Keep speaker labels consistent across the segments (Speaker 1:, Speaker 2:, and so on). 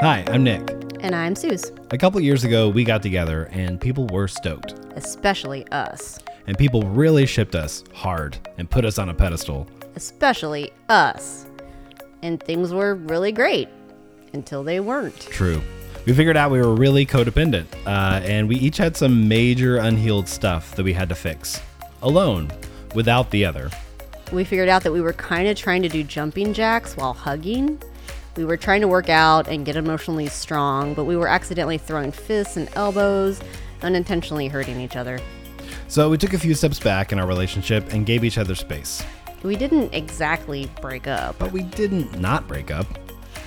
Speaker 1: Hi, I'm Nick.
Speaker 2: And I'm Suze,
Speaker 1: A couple years ago, we got together and people were stoked.
Speaker 2: especially us.
Speaker 1: And people really shipped us hard and put us on a pedestal.
Speaker 2: Especially us. And things were really great until they weren't.
Speaker 1: True. We figured out we were really codependent, uh, and we each had some major unhealed stuff that we had to fix alone, without the other.
Speaker 2: We figured out that we were kind of trying to do jumping jacks while hugging. We were trying to work out and get emotionally strong, but we were accidentally throwing fists and elbows, unintentionally hurting each other.
Speaker 1: So we took a few steps back in our relationship and gave each other space.
Speaker 2: We didn't exactly break up.
Speaker 1: But we didn't not break up,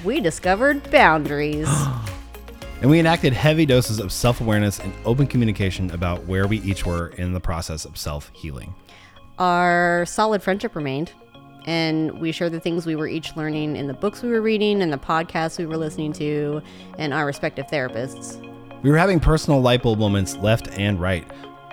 Speaker 2: We discovered boundaries.
Speaker 1: and we enacted heavy doses of self awareness and open communication about where we each were in the process of self healing.
Speaker 2: our solid friendship remained and we shared the things we were each learning in the books we were reading and the podcasts we were listening to and our respective therapists
Speaker 1: We were having personal light bulb moments left and right.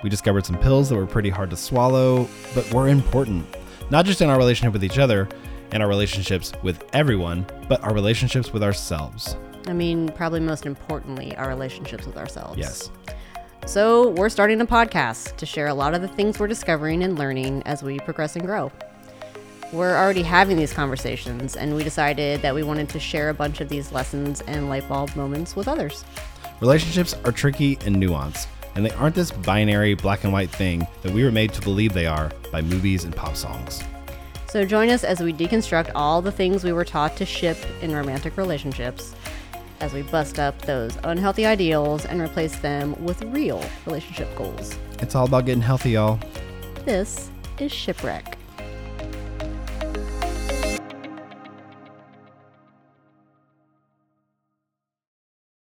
Speaker 1: We discovered some pills that were pretty hard to swallow, but were important. Not just in our relationship with each other and our relationships with everyone, but our relationships with ourselves.
Speaker 2: i mean probably most importantly our relationships with ourselves
Speaker 1: Yes.
Speaker 2: so we're starting a podcast to share a lot of the things we're discovering and learning as we progress and grow we're already having these conversations and we decided that we wanted to share a bunch of these lessons and light bulb moments with others
Speaker 1: Relationships are tricky and nuanced, and they aren't this binary black and white thing that we were made to believe they are by movies and pop songs.
Speaker 2: So join us as we deconstruct all the things we were taught to ship in romantic relationships, as we bust up those unhealthy ideals and replace them with real relationship goals.
Speaker 1: It's all about getting healthy, y'all.
Speaker 2: This is Shipwreck.